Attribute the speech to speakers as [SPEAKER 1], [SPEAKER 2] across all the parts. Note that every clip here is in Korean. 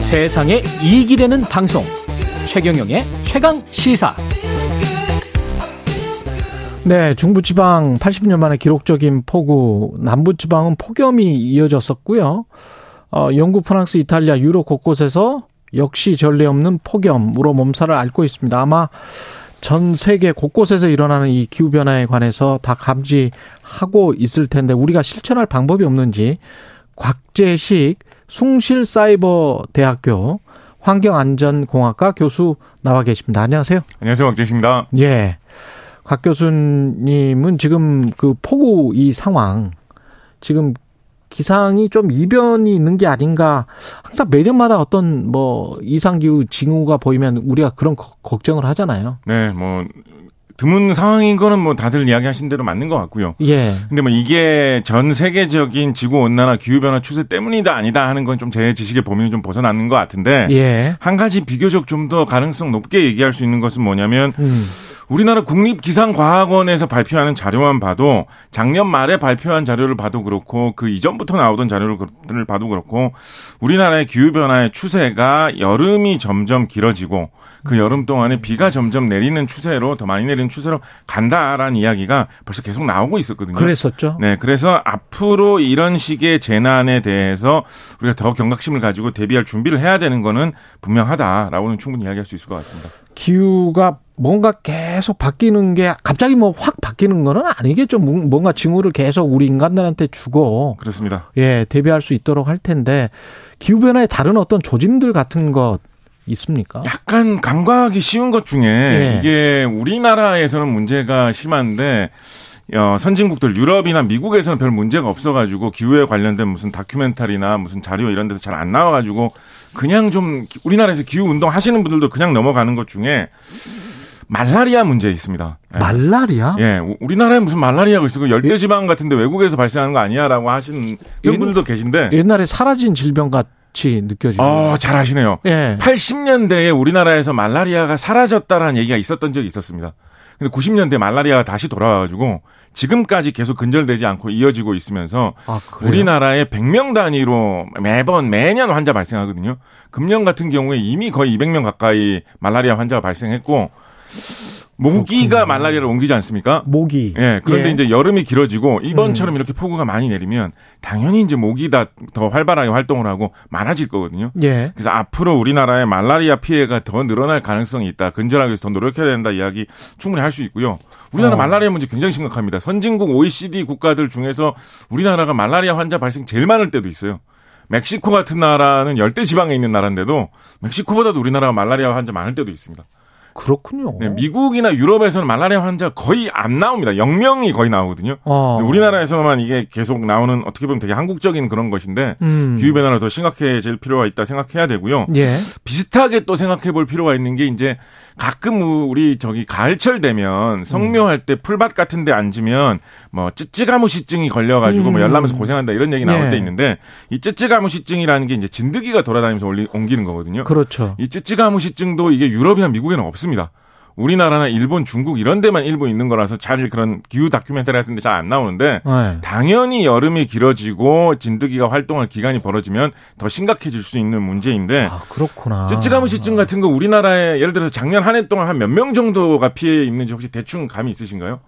[SPEAKER 1] 세상에 이익이 되는 방송 최경영의 최강 시사
[SPEAKER 2] 네, 중부지방 80년 만에 기록적인 폭우, 남부지방은 폭염이 이어졌었고요. 어, 영국, 프랑스, 이탈리아, 유럽 곳곳에서 역시 전례 없는 폭염으로 몸살을 앓고 있습니다. 아마 전 세계 곳곳에서 일어나는 이 기후 변화에 관해서 다 감지하고 있을 텐데 우리가 실천할 방법이 없는지 곽재식 숭실사이버대학교 환경안전공학과 교수 나와 계십니다. 안녕하세요.
[SPEAKER 3] 안녕하세요. 왕재식입니다.
[SPEAKER 2] 예. 곽 교수님은 지금 그 폭우 이 상황 지금 기상이 좀 이변이 있는 게 아닌가 항상 매년마다 어떤 뭐 이상 기후 징후가 보이면 우리가 그런 거- 걱정을 하잖아요.
[SPEAKER 3] 네, 뭐 드문 상황인 거는 뭐 다들 이야기하신 대로 맞는 것 같고요.
[SPEAKER 2] 예.
[SPEAKER 3] 근데 뭐 이게 전 세계적인 지구 온난화 기후 변화 추세 때문이다 아니다 하는 건 좀 제 지식의 범위는 좀 벗어나는 것 같은데
[SPEAKER 2] 예.
[SPEAKER 3] 한 가지 비교적 좀 더 가능성 높게 얘기할 수 있는 것은 뭐냐면
[SPEAKER 2] 음.
[SPEAKER 3] 우리나라 국립기상과학원에서 발표하는 자료만 봐도 작년 말에 발표한 자료를 봐도 그렇고 그 이전부터 나오던 자료를 그- 봐도 그렇고 우리나라의 기후변화의 추세가 여름이 점점 길어지고 그 여름 동안에 비가 점점 내리는 추세로 더 많이 내리는 추세로 간다라는 이야기가 벌써 계속 나오고 있었거든요.
[SPEAKER 2] 그랬었죠.
[SPEAKER 3] 네, 그래서 앞으로 이런 식의 재난에 대해서 우리가 더 경각심을 가지고 대비할 준비를 해야 되는 거는 분명하다라고는 충분히 이야기할 수 있을 것 같습니다.
[SPEAKER 2] 기후가 뭔가 계속 바뀌는 게 갑자기 뭐 확 바뀌는 거는 아니겠죠. 뭔- 뭔가 징후를 계속 우리 인간들한테 주고
[SPEAKER 3] 그렇습니다.
[SPEAKER 2] 예, 대비할 수 있도록 할 텐데 기후 변화에 다른 어떤 조짐들 같은 것
[SPEAKER 3] 아,
[SPEAKER 2] 있습니까?
[SPEAKER 3] 약간 간과하기 쉬운 것 중에
[SPEAKER 2] 예.
[SPEAKER 3] 이게 우리나라에서는 문제가 심한데 어, 선진국들 유럽이나 미국에서는 별 문제가 없어가지고 기후에 관련된 무슨 다큐멘터리나 무슨 자료 이런 데서 잘 안 나와가지고 그냥 좀 기- 우리나라에서 기후 운동 하시는 분들도 그냥 넘어가는 것 중에 말라리아 문제 있습니다.
[SPEAKER 2] 네.
[SPEAKER 3] 예.
[SPEAKER 2] 말라리아?
[SPEAKER 3] 예, 우- 우리나라에 무슨 말라리아가 있어? 그 열대지방 같은데 외국에서 발생하는 거 아니야라고 하시는
[SPEAKER 2] 얘는-
[SPEAKER 3] 분들도 계신데,
[SPEAKER 2] 옛날에 사라진 질병 같이 느껴지고.
[SPEAKER 3] 어, 잘 하시네요.
[SPEAKER 2] 예.
[SPEAKER 3] 80년대에 우리나라에서 말라리아가 사라졌다라는 얘기가 있었던 적이 있었습니다. 근데 90년대 말라리아가 다시 돌아와가지고 지금까지 계속 근절되지 않고 이어지고 있으면서
[SPEAKER 2] 아, 그래요?
[SPEAKER 3] 우리나라에 100명 단위로 매번 매년 환자 발생하거든요. 금년 같은 경우에 이미 거의 200명 가까이 말라리아 환자가 발생했고 모기가 말라리아를 옮기지 않습니까?
[SPEAKER 2] 모기.
[SPEAKER 3] 예. 그런데
[SPEAKER 2] 예. 음.
[SPEAKER 3] 이제 여름이 길어지고 이번처럼 이렇게 폭우가 많이 내리면 당연히 이제 모기다 더 활발하게 활동을 하고 많아질 거거든요.
[SPEAKER 2] 예.
[SPEAKER 3] 그래서 앞으로 우리나라의 말라리아 피해가 더 늘어날 가능성이 있다. 근절하기 위해서 더 노력해야 된다 이야기 충분히 할 수 있고요. 우리나라
[SPEAKER 2] 어.
[SPEAKER 3] 말라리아 문제 굉장히 심각합니다. 선진국 OECD 국가들 중에서 우리나라가 말라리아 환자 발생 제일 많을 때도 있어요. 멕시코 같은 나라는 열대 지방에 있는 나라인데도 멕시코보다도 우리나라가 말라리아 환자 많을 때도 있습니다.
[SPEAKER 2] 어. 그렇군요.
[SPEAKER 3] 네, 미국이나 유럽에서는 말라리아 환자 거의 안 나옵니다. 0명이 거의 나오거든요.
[SPEAKER 2] 어.
[SPEAKER 3] 근데 우리나라에서만 이게 계속 나오는 어떻게 보면 되게 한국적인 그런 것인데
[SPEAKER 2] 음.
[SPEAKER 3] 기후 변화를 더 심각해질 필요가 있다 생각해야 되고요.
[SPEAKER 2] 예.
[SPEAKER 3] 비슷하게 또 생각해 볼 필요가 있는 게 이제 가끔 우리 저기 가을철 되면 성묘할 때 풀밭 같은 데 앉으면 뭐 쯔쯔가무시증이 걸려 가지고
[SPEAKER 2] 음.
[SPEAKER 3] 뭐 열나면서 고생한다 이런 얘기 나올
[SPEAKER 2] 예.
[SPEAKER 3] 때 있는데 이 쯔쯔가무시증이라는 게 이제 진드기가 돌아다니면서 올리, 옮기는 거거든요.
[SPEAKER 2] 그렇죠.
[SPEAKER 3] 이 쯔쯔가무시증도 이게 유럽이나 미국에는 없습니다. 우리나라나 일본, 중국 이런 데만 일부 있는 거라서 잘 그런 기후 다큐멘터리 같은 데 잘 안 나오는데
[SPEAKER 2] 예.
[SPEAKER 3] 당연히 여름이 길어지고 진드기가 활동할 기간이 벌어지면 더 심각해질 수 있는 문제인데
[SPEAKER 2] 아, 그렇구나.
[SPEAKER 3] 쯔쯔가무시증 같은 거 우리나라에 예를 들어서 작년 한 해 동안 한 몇 명 정도가 피해 있는지 혹시 대충 감이 있으신가요?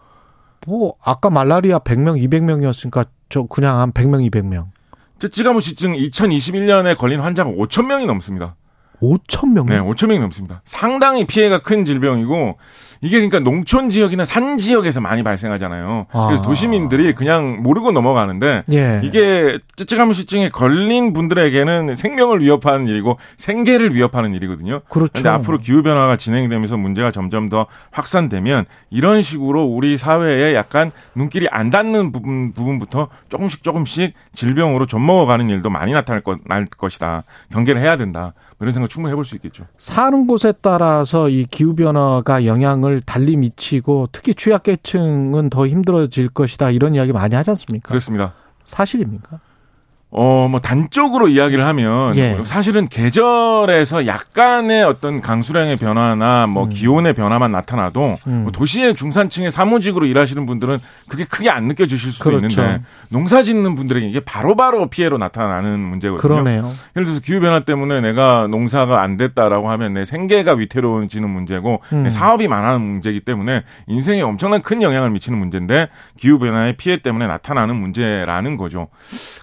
[SPEAKER 2] 뭐 아까 말라리아 100명, 200명이었으니까 저 그냥 한 100명, 200명.
[SPEAKER 3] 쯔쯔가무시증 2021년에 걸린 환자가 5천 명이 넘습니다.
[SPEAKER 2] 5천 명.
[SPEAKER 3] 네, 5천 명이 넘습니다. 상당히 피해가 큰 질병이고 이게 그러니까 농촌 지역이나 산 지역에서 많이 발생하잖아요. 그래서
[SPEAKER 2] 아.
[SPEAKER 3] 도시민들이 그냥 모르고 넘어가는데
[SPEAKER 2] 예.
[SPEAKER 3] 이게 쯔쯔가무시증에 걸린 분들에게는 생명을 위협하는 일이고 생계를 위협하는 일이거든요.
[SPEAKER 2] 그렇죠.
[SPEAKER 3] 근데 앞으로 기후 변화가 진행되면서 문제가 점점 더 확산되면 이런 식으로 우리 사회에 약간 눈길이 안 닿는 부분 부분부터 조금씩 조금씩 질병으로 젖먹어 가는 일도 많이 나타날 것, 날 것이다. 경계를 해야 된다. 뭐 이런 생각 충분히 해볼 수 있겠죠.
[SPEAKER 2] 사는 곳에 따라서 이 기후 변화가 영향을 달리 미치고 특히 취약계층은 더 힘들어질 것이다 이런 이야기 많이 하지 않습니까?
[SPEAKER 3] 그렇습니다.
[SPEAKER 2] 사실입니까?
[SPEAKER 3] 어, 뭐, 단적으로 이야기를 하면,
[SPEAKER 2] 예.
[SPEAKER 3] 사실은 계절에서 약간의 어떤 강수량의 변화나 뭐, 기온의 변화만 나타나도,
[SPEAKER 2] 음.
[SPEAKER 3] 뭐 도시의 중산층의 사무직으로 일하시는 분들은 그게 크게 안 느껴지실 수도
[SPEAKER 2] 그렇죠.
[SPEAKER 3] 있는데, 농사 짓는 분들에게 이게 바로바로 피해로 나타나는 문제거든요.
[SPEAKER 2] 그러네요.
[SPEAKER 3] 예를 들어서 기후변화 때문에 내가 농사가 안 됐다라고 하면 내 생계가 위태로워지는 문제고
[SPEAKER 2] 음.
[SPEAKER 3] 내 사업이 많아는 문제이기 때문에 인생에 엄청난 큰 영향을 미치는 문제인데 기후변화의 피해 때문에 나타나는 문제라는 거죠.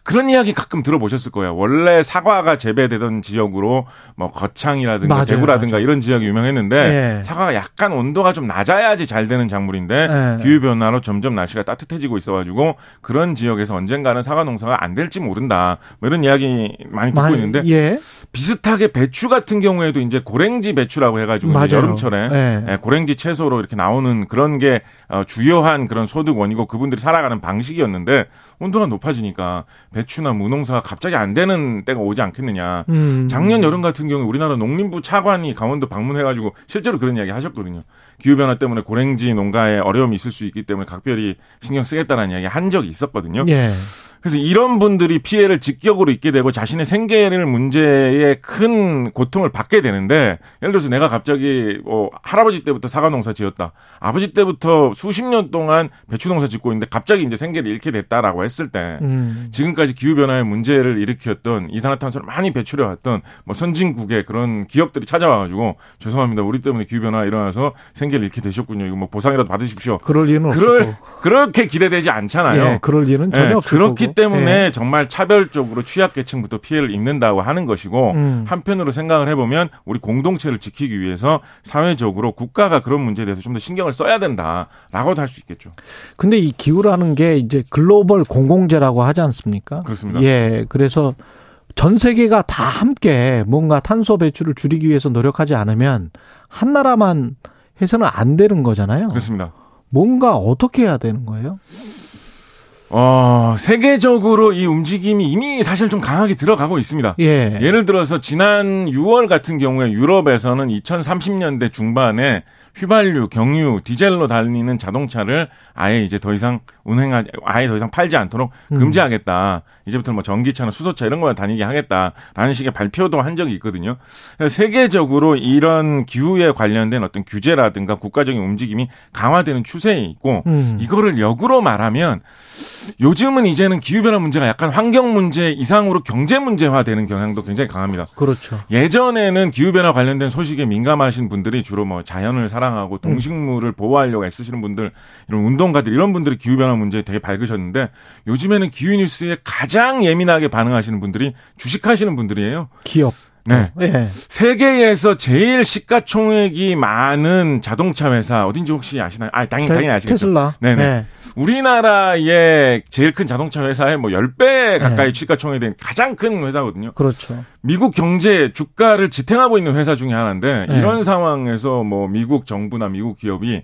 [SPEAKER 3] 그런 이야기 가끔 들어보셨을 거예요. 원래 사과가 재배되던 지역으로 뭐 거창이라든가
[SPEAKER 2] 맞아요,
[SPEAKER 3] 대구라든가
[SPEAKER 2] 맞아요.
[SPEAKER 3] 이런 지역이 유명했는데
[SPEAKER 2] 예.
[SPEAKER 3] 사과가 약간 온도가 좀 낮아야지 잘 되는 작물인데
[SPEAKER 2] 예.
[SPEAKER 3] 네. 기후변화로 점점 날씨가 따뜻해지고 있어가지고 그런 지역에서 언젠가는 사과 농사가 안 될지 모른다. 뭐 이런 이야기 많이 듣고
[SPEAKER 2] 많이-
[SPEAKER 3] 있는데
[SPEAKER 2] 예.
[SPEAKER 3] 비슷하게 배추 같은 경우에도 이제 고랭지 배추라고 해가지고 이제
[SPEAKER 2] 맞아요.
[SPEAKER 3] 여름철에
[SPEAKER 2] 예.
[SPEAKER 3] 예, 고랭지 채소로 이렇게 나오는 그런 게 어, 주요한 그런 소득원이고 그분들이 살아가는 방식이었는데 온도가 높아지니까 배추나 무농사가 갑자기 안 되는 때가 오지 않겠느냐.
[SPEAKER 2] 음.
[SPEAKER 3] 작년 여름 같은 경우에 우리나라 농림부 차관이 강원도 방문해가지고 실제로 그런 이야기 하셨거든요. 기후변화 때문에 고랭지 농가에 어려움이 있을 수 있기 때문에 각별히 신경 쓰겠다는 이야기 한 적이 있었거든요.
[SPEAKER 2] 예.
[SPEAKER 3] 그래서 이런 분들이 피해를 직격으로 입게 되고 자신의 생계를 문제에 큰 고통을 받게 되는데 예를 들어서 내가 갑자기 뭐 할아버지 때부터 사과 농사 지었다. 아버지 때부터 수십 년 동안 배추 농사 짓고 있는데 갑자기 이제 생계를 잃게 됐다라고 했을 때
[SPEAKER 2] 음.
[SPEAKER 3] 지금까지 기후변화의 문제를 일으켰던 이산화탄소를 많이 배출해왔던 뭐 선진국의 그런 기업들이 찾아와가지고 죄송합니다. 우리 때문에 기후변화 일어나서 생계를 잃게 되셨군요. 이거 뭐 보상이라도 받으십시오.
[SPEAKER 2] 그럴 일은
[SPEAKER 3] 그럴,
[SPEAKER 2] 없고.
[SPEAKER 3] 그렇게 기대되지 않잖아요.
[SPEAKER 2] 예. 그럴 일은
[SPEAKER 3] 예,
[SPEAKER 2] 전혀 없을
[SPEAKER 3] 그렇기
[SPEAKER 2] 거고.
[SPEAKER 3] 때문에
[SPEAKER 2] 예.
[SPEAKER 3] 정말 차별적으로 취약계층부터 피해를 입는다고 하는 것이고
[SPEAKER 2] 음.
[SPEAKER 3] 한편으로 생각을 해보면 우리 공동체를 지키기 위해서 사회적으로 국가가 그런 문제에 대해서 좀 더 신경을 써야 된다라고도 할 수 있겠죠.
[SPEAKER 2] 근데 이 기후라는 게 이제 글로벌 공공재라고 하지 않습니까?
[SPEAKER 3] 그렇습니다.
[SPEAKER 2] 예. 그래서 전 세계가 다 함께 뭔가 탄소 배출을 줄이기 위해서 노력하지 않으면 한 나라만 해서는 안 되는 거잖아요.
[SPEAKER 3] 그렇습니다.
[SPEAKER 2] 뭔가 어떻게 해야 되는 거예요?
[SPEAKER 3] 어, 세계적으로 이 움직임이 이미 사실 좀 강하게 들어가고 있습니다.
[SPEAKER 2] 예.
[SPEAKER 3] 예를 들어서 지난 6월 같은 경우에 유럽에서는 2030년대 중반에 휘발유, 경유, 디젤로 달리는 자동차를 아예 이제 더 이상 운행하지, 아예 더 이상 팔지 않도록 금지하겠다. 이제부터는 뭐 전기차나 수소차 이런 거만 다니게 하겠다라는 식의 발표도 한 적이 있거든요. 그래서 세계적으로 이런 기후에 관련된 어떤 규제라든가 국가적인 움직임이 강화되는 추세에 있고
[SPEAKER 2] 음.
[SPEAKER 3] 이거를 역으로 말하면 요즘은 이제는 기후변화 문제가 약간 환경 문제 이상으로 경제 문제화되는 경향도 굉장히 강합니다.
[SPEAKER 2] 그렇죠.
[SPEAKER 3] 예전에는 기후변화 관련된 소식에 민감하신 분들이 주로 뭐 자연을 사랑하고 동식물을 보호하려고 애쓰시는 분들, 이런 운동가들, 이런 분들이 기후변화 문제에 되게 밝으셨는데 요즘에는 기후뉴스에 가장 예민하게 반응하시는 분들이 주식하시는 분들이에요.
[SPEAKER 2] 기업.
[SPEAKER 3] 네.
[SPEAKER 2] 예.
[SPEAKER 3] 세계에서 제일 시가총액이 많은 자동차 회사, 어딘지 혹시 아시나요? 아, 당연히, 당연히
[SPEAKER 2] 테-
[SPEAKER 3] 아시겠죠.
[SPEAKER 2] 테슬라.
[SPEAKER 3] 네네.
[SPEAKER 2] 예.
[SPEAKER 3] 우리나라의 제일 큰 자동차 회사의 뭐 10배 가까이 시가총액이 된 가장 큰 회사거든요.
[SPEAKER 2] 그렇죠.
[SPEAKER 3] 미국 경제 주가를 지탱하고 있는 회사 중에 하나인데
[SPEAKER 2] 네.
[SPEAKER 3] 이런 상황에서 뭐 미국 정부나 미국 기업이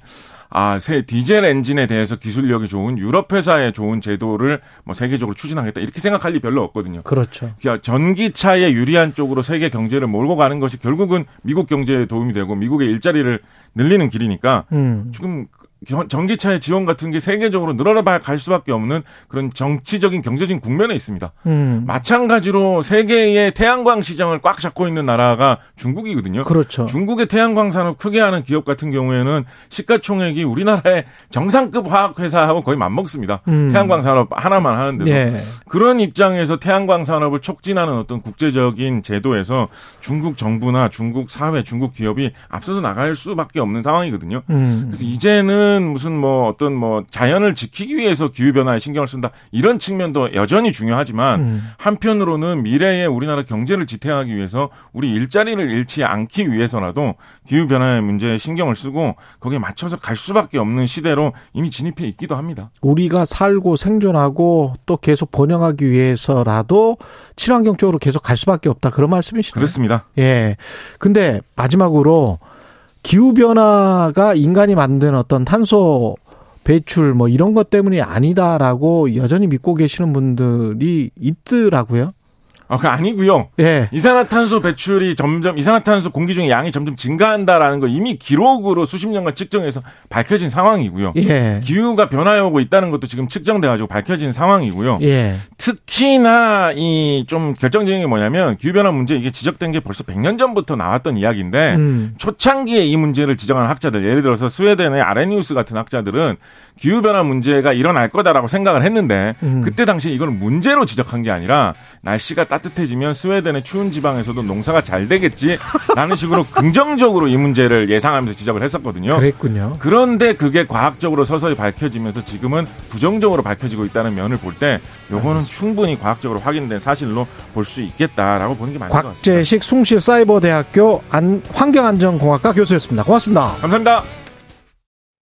[SPEAKER 3] 아, 새 디젤 엔진에 대해서 기술력이 좋은 유럽 회사의 좋은 제도를 뭐 세계적으로 추진하겠다 이렇게 생각할 일이 별로 없거든요.
[SPEAKER 2] 그렇죠.
[SPEAKER 3] 야, 전기차에 유리한 쪽으로 세계 경제를 몰고 가는 것이 결국은 미국 경제에 도움이 되고 미국의 일자리를 늘리는 길이니까
[SPEAKER 2] 음.
[SPEAKER 3] 지금 겨- 전기차의 지원 같은 게 세계적으로 늘어나야 갈 수밖에 없는 그런 정치적인 경제적인 국면에 있습니다.
[SPEAKER 2] 음.
[SPEAKER 3] 마찬가지로 세계의 태양광 시장을 꽉 잡고 있는 나라가 중국이거든요.
[SPEAKER 2] 그렇죠.
[SPEAKER 3] 중국의 태양광 산업 크게 하는 기업 같은 경우에는 시가총액이 우리나라의 정상급 화학회사하고 거의 맞먹습니다.
[SPEAKER 2] 음.
[SPEAKER 3] 태양광 산업 하나만 하는데도.
[SPEAKER 2] 예.
[SPEAKER 3] 그런 입장에서 태양광 산업을 촉진하는 어떤 국제적인 제도에서 중국 정부나 중국 사회, 중국 기업이 앞서서 나갈 수밖에 없는 상황이거든요.
[SPEAKER 2] 음.
[SPEAKER 3] 그래서 이제는 무슨 뭐 어떤 뭐 자연을 지키기 위해서 기후 변화에 신경을 쓴다 이런 측면도 여전히 중요하지만
[SPEAKER 2] 음.
[SPEAKER 3] 한편으로는 미래의 우리나라 경제를 지탱하기 위해서 우리 일자리를 잃지 않기 위해서라도 기후 변화의 문제에 신경을 쓰고 거기에 맞춰서 갈 수밖에 없는 시대로 이미 진입해 있기도 합니다.
[SPEAKER 2] 우리가 살고 생존하고 또 계속 번영하기 위해서라도 친환경 쪽으로 계속 갈 수밖에 없다. 그런 말씀이시죠.
[SPEAKER 3] 그렇습니다.
[SPEAKER 2] 예. 근데 마지막으로 기후 변화가 인간이 만든 어떤 탄소 배출 뭐 이런 것 때문이 아니다라고 여전히 믿고 계시는 분들이 있더라고요.
[SPEAKER 3] 아, 그 아니고요.
[SPEAKER 2] 예.
[SPEAKER 3] 이산화탄소 배출이 점점 이산화탄소 공기 중의 양이 점점 증가한다라는 거 이미 기록으로 수십 년간 측정해서 밝혀진 상황이고요.
[SPEAKER 2] 예.
[SPEAKER 3] 기후가 변화해오고 있다는 것도 지금 측정돼가지고 밝혀진 상황이고요.
[SPEAKER 2] 예.
[SPEAKER 3] 특히나 이 좀 결정적인 게 뭐냐면 기후변화 문제 이게 지적된 게 벌써 100년 전부터 나왔던 이야기인데
[SPEAKER 2] 음.
[SPEAKER 3] 초창기에 이 문제를 지적한 학자들 예를 들어서 스웨덴의 아레니우스 같은 학자들은 기후변화 문제가 일어날 거다라고 생각을 했는데
[SPEAKER 2] 음.
[SPEAKER 3] 그때 당시에 이걸 문제로 지적한 게 아니라 날씨가 따뜻해지면 스웨덴의 추운 지방에서도 농사가 잘 되겠지라는 식으로 긍정적으로 이 문제를 예상하면서 지적을 했었거든요.
[SPEAKER 2] 그랬군요.
[SPEAKER 3] 네. 그런데 그게 과학적으로 서서히 밝혀지면서 지금은 부정적으로 밝혀지고 있다는 면을 볼 때 요거는 충분히 과학적으로 확인된 사실로 볼 수 있겠다라고 보는 게 맞는 것 같습니다.
[SPEAKER 2] 곽재식 숭실사이버대학교 안- 환경안전공학과 교수였습니다. 고맙습니다.
[SPEAKER 3] 감사합니다.